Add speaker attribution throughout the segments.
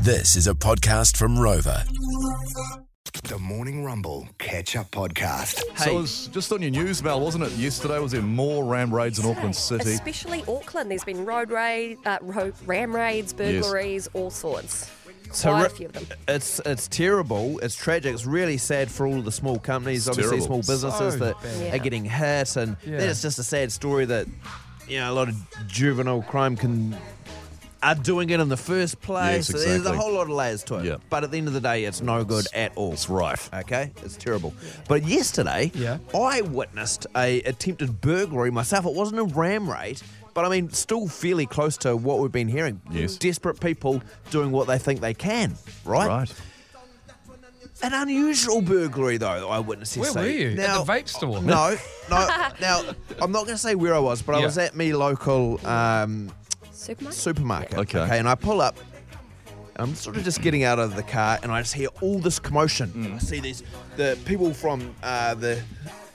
Speaker 1: This is a podcast from Rover.
Speaker 2: The Morning Rumble Catch Up Podcast.
Speaker 3: So it was just on your news, Mel, wasn't it? Yesterday was there more ram raids in Auckland City.
Speaker 4: Especially Auckland. There's been road raid, uh, road, ram raids, burglaries, all sorts. Quite a
Speaker 5: Terri-
Speaker 4: few of them.
Speaker 5: It's it's terrible. It's tragic. It's really sad for all the small companies, obviously
Speaker 3: terrible.
Speaker 5: small businesses
Speaker 6: So
Speaker 5: that
Speaker 4: bad.
Speaker 5: are getting hit, and then it's just a sad story that you know a lot of juvenile crime can are doing it in the first place.
Speaker 3: Yes,
Speaker 5: So There's
Speaker 3: exactly.
Speaker 5: a whole lot of layers to it.
Speaker 3: Yeah.
Speaker 5: But at the end of the day, it's no good at all.
Speaker 3: It's rife.
Speaker 5: Okay, it's terrible. But yesterday,
Speaker 6: Yeah.
Speaker 5: I witnessed a attempted burglary myself. It wasn't a ram raid, but I mean, still fairly close to what we've been hearing.
Speaker 3: Yes.
Speaker 5: desperate people doing what they think they can. Right.
Speaker 3: Right.
Speaker 5: An unusual burglary, though, that I witnessed
Speaker 6: Where
Speaker 5: yesterday.
Speaker 6: were you? At the vape store?
Speaker 5: No, no. now, I'm not going to say where I was, but I
Speaker 6: Yeah.
Speaker 5: was at me local um,
Speaker 4: Supermarket?
Speaker 5: supermarket.
Speaker 3: Okay.
Speaker 5: And I pull up. and I'm sort of just getting out of the car, and I just hear all this commotion.
Speaker 3: Mm.
Speaker 5: And I see these the people from uh, the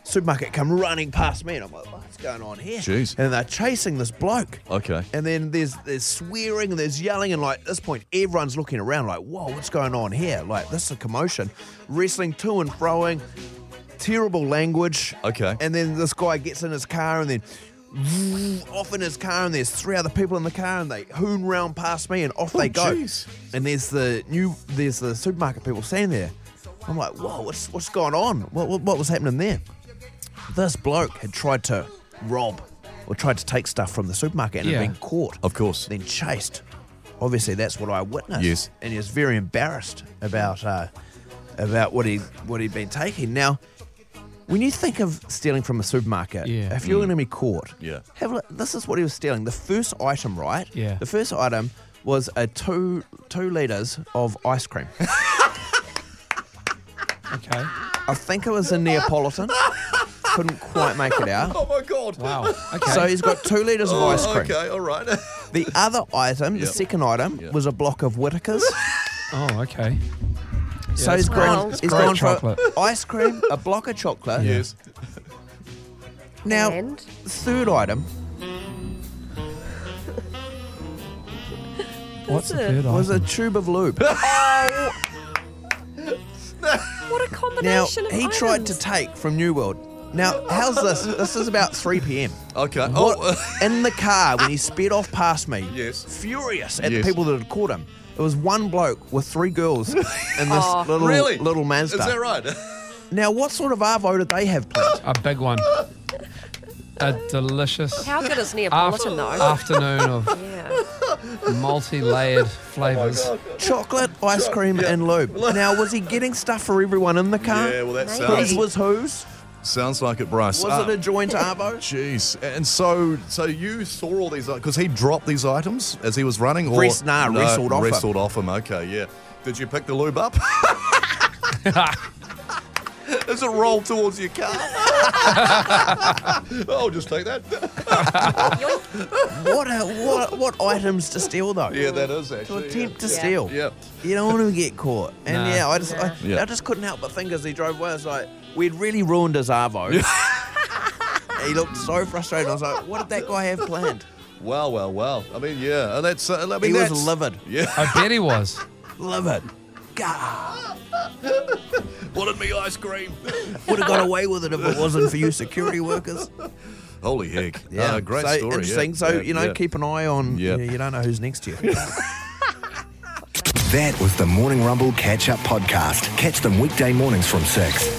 Speaker 5: supermarket come running past me, and I'm like, "What's going on here?"
Speaker 3: Jeez.
Speaker 5: And they're chasing this bloke.
Speaker 3: Okay.
Speaker 5: And then there's there's swearing and there's yelling and like at this point everyone's looking around like whoa what's going on here like this is a commotion, wrestling to and froing, terrible language.
Speaker 3: Okay.
Speaker 5: And then this guy gets in his car and then off in his car and there's three other people in the car and they hoon round past me and off they go.
Speaker 3: jeez.
Speaker 5: And there's the new there's the supermarket people standing there. I'm like whoa what's what's going on? What what, what was happening there? This bloke had tried to rob. Or tried to take stuff from the supermarket and
Speaker 6: Yeah.
Speaker 5: had been caught
Speaker 3: Of course.
Speaker 5: then chased. Obviously, that's what I witnessed.
Speaker 3: Yes.
Speaker 5: and he was very embarrassed about uh, about what he what he'd been taking. Now, when you think of stealing from a supermarket,
Speaker 6: Yeah.
Speaker 5: if you're going to be caught,
Speaker 3: Mm. Yeah.
Speaker 5: have a look. This is what he was stealing. The first item, right?
Speaker 6: Yeah.
Speaker 5: The first item was a two two liters of ice cream.
Speaker 6: Okay.
Speaker 5: I think it was a Neapolitan. Couldn't quite make it out.
Speaker 3: Oh my god.
Speaker 6: Wow. Okay.
Speaker 5: So he's got two liters of ice cream.
Speaker 3: Oh, Okay, all right.
Speaker 5: The other item, the
Speaker 3: Yep.
Speaker 5: second item,
Speaker 3: Yep.
Speaker 5: was a block of Whitakers.
Speaker 6: oh, okay.
Speaker 5: So he's
Speaker 4: great.
Speaker 5: gone.
Speaker 4: It's
Speaker 5: He's
Speaker 6: great
Speaker 5: gone for
Speaker 6: chocolate.
Speaker 5: ice cream, a block of chocolate.
Speaker 3: yes.
Speaker 5: Now,
Speaker 4: And?
Speaker 5: third item
Speaker 6: What's the
Speaker 4: it?
Speaker 6: third
Speaker 5: was a
Speaker 6: item?
Speaker 5: tube of lube.
Speaker 4: What a
Speaker 5: now
Speaker 4: combination of
Speaker 5: he
Speaker 4: items.
Speaker 5: tried to take from New World. Now, how's this? This is about 3 p.m.
Speaker 3: Okay.
Speaker 5: What-
Speaker 3: Oh,
Speaker 5: in the car when he sped off past me,
Speaker 3: Yes.
Speaker 5: furious at
Speaker 3: Yes.
Speaker 5: the people that had caught him. It was one bloke with three girls in this
Speaker 4: Oh.
Speaker 5: little
Speaker 3: really?
Speaker 5: little Mazda.
Speaker 3: Is that right?
Speaker 5: Now, what sort of arvo did they have planned?
Speaker 6: A big one. A delicious
Speaker 4: How good is Neapolitan,
Speaker 6: after- uh,
Speaker 4: though?
Speaker 6: afternoon of
Speaker 4: yeah.
Speaker 6: multi-layered flavours.
Speaker 5: Chocolate, ice cream,
Speaker 3: yeah.
Speaker 5: and lube. Now, was he getting stuff for everyone in the car?
Speaker 3: yeah. Well, that
Speaker 4: Maybe.
Speaker 3: sounds
Speaker 5: Whose was whose?
Speaker 3: sounds like it, Bryce. Uh,
Speaker 5: Was it a joint arvo?
Speaker 3: Jeez, and so so you saw all these because he dropped these items as he was running, or
Speaker 5: Wrest- nah, wrestled off him.
Speaker 3: wrestled off him. Okay, yeah. Did you pick the lube up? As it rolled towards your car. oh, just take that.
Speaker 5: what, a, what what items to steal though?
Speaker 3: Yeah, that is
Speaker 5: To
Speaker 3: actually.
Speaker 5: attempt to
Speaker 3: yeah.
Speaker 5: steal.
Speaker 3: Yeah.
Speaker 5: You don't want to get caught. And
Speaker 6: Nah.
Speaker 5: yeah, I just I,
Speaker 3: Yeah.
Speaker 5: I just couldn't help but think as he drove away, I was like, we'd really ruined his arvo. he looked so frustrated. I was like, what did that guy have planned?
Speaker 3: Wow, wow, wow. I mean, yeah. and That's. Uh, I mean,
Speaker 5: He was
Speaker 3: that's-
Speaker 5: livid.
Speaker 3: Yeah.
Speaker 6: I bet he was.
Speaker 5: Livid. God,
Speaker 3: Wanted me ice cream.
Speaker 5: would have got away with it if it wasn't for you security workers.
Speaker 3: Holy heck.
Speaker 5: Yeah,
Speaker 3: Uh, Ah, great
Speaker 5: so
Speaker 3: story. yeah,
Speaker 5: Interesting. So
Speaker 3: yeah,
Speaker 5: you know,
Speaker 3: yeah.
Speaker 5: keep an eye on.
Speaker 3: Yeah.
Speaker 5: Yeah. You, don't know who's next to you.
Speaker 2: That was the Morning Rumble Catch Up Podcast. Catch them weekday mornings from 6.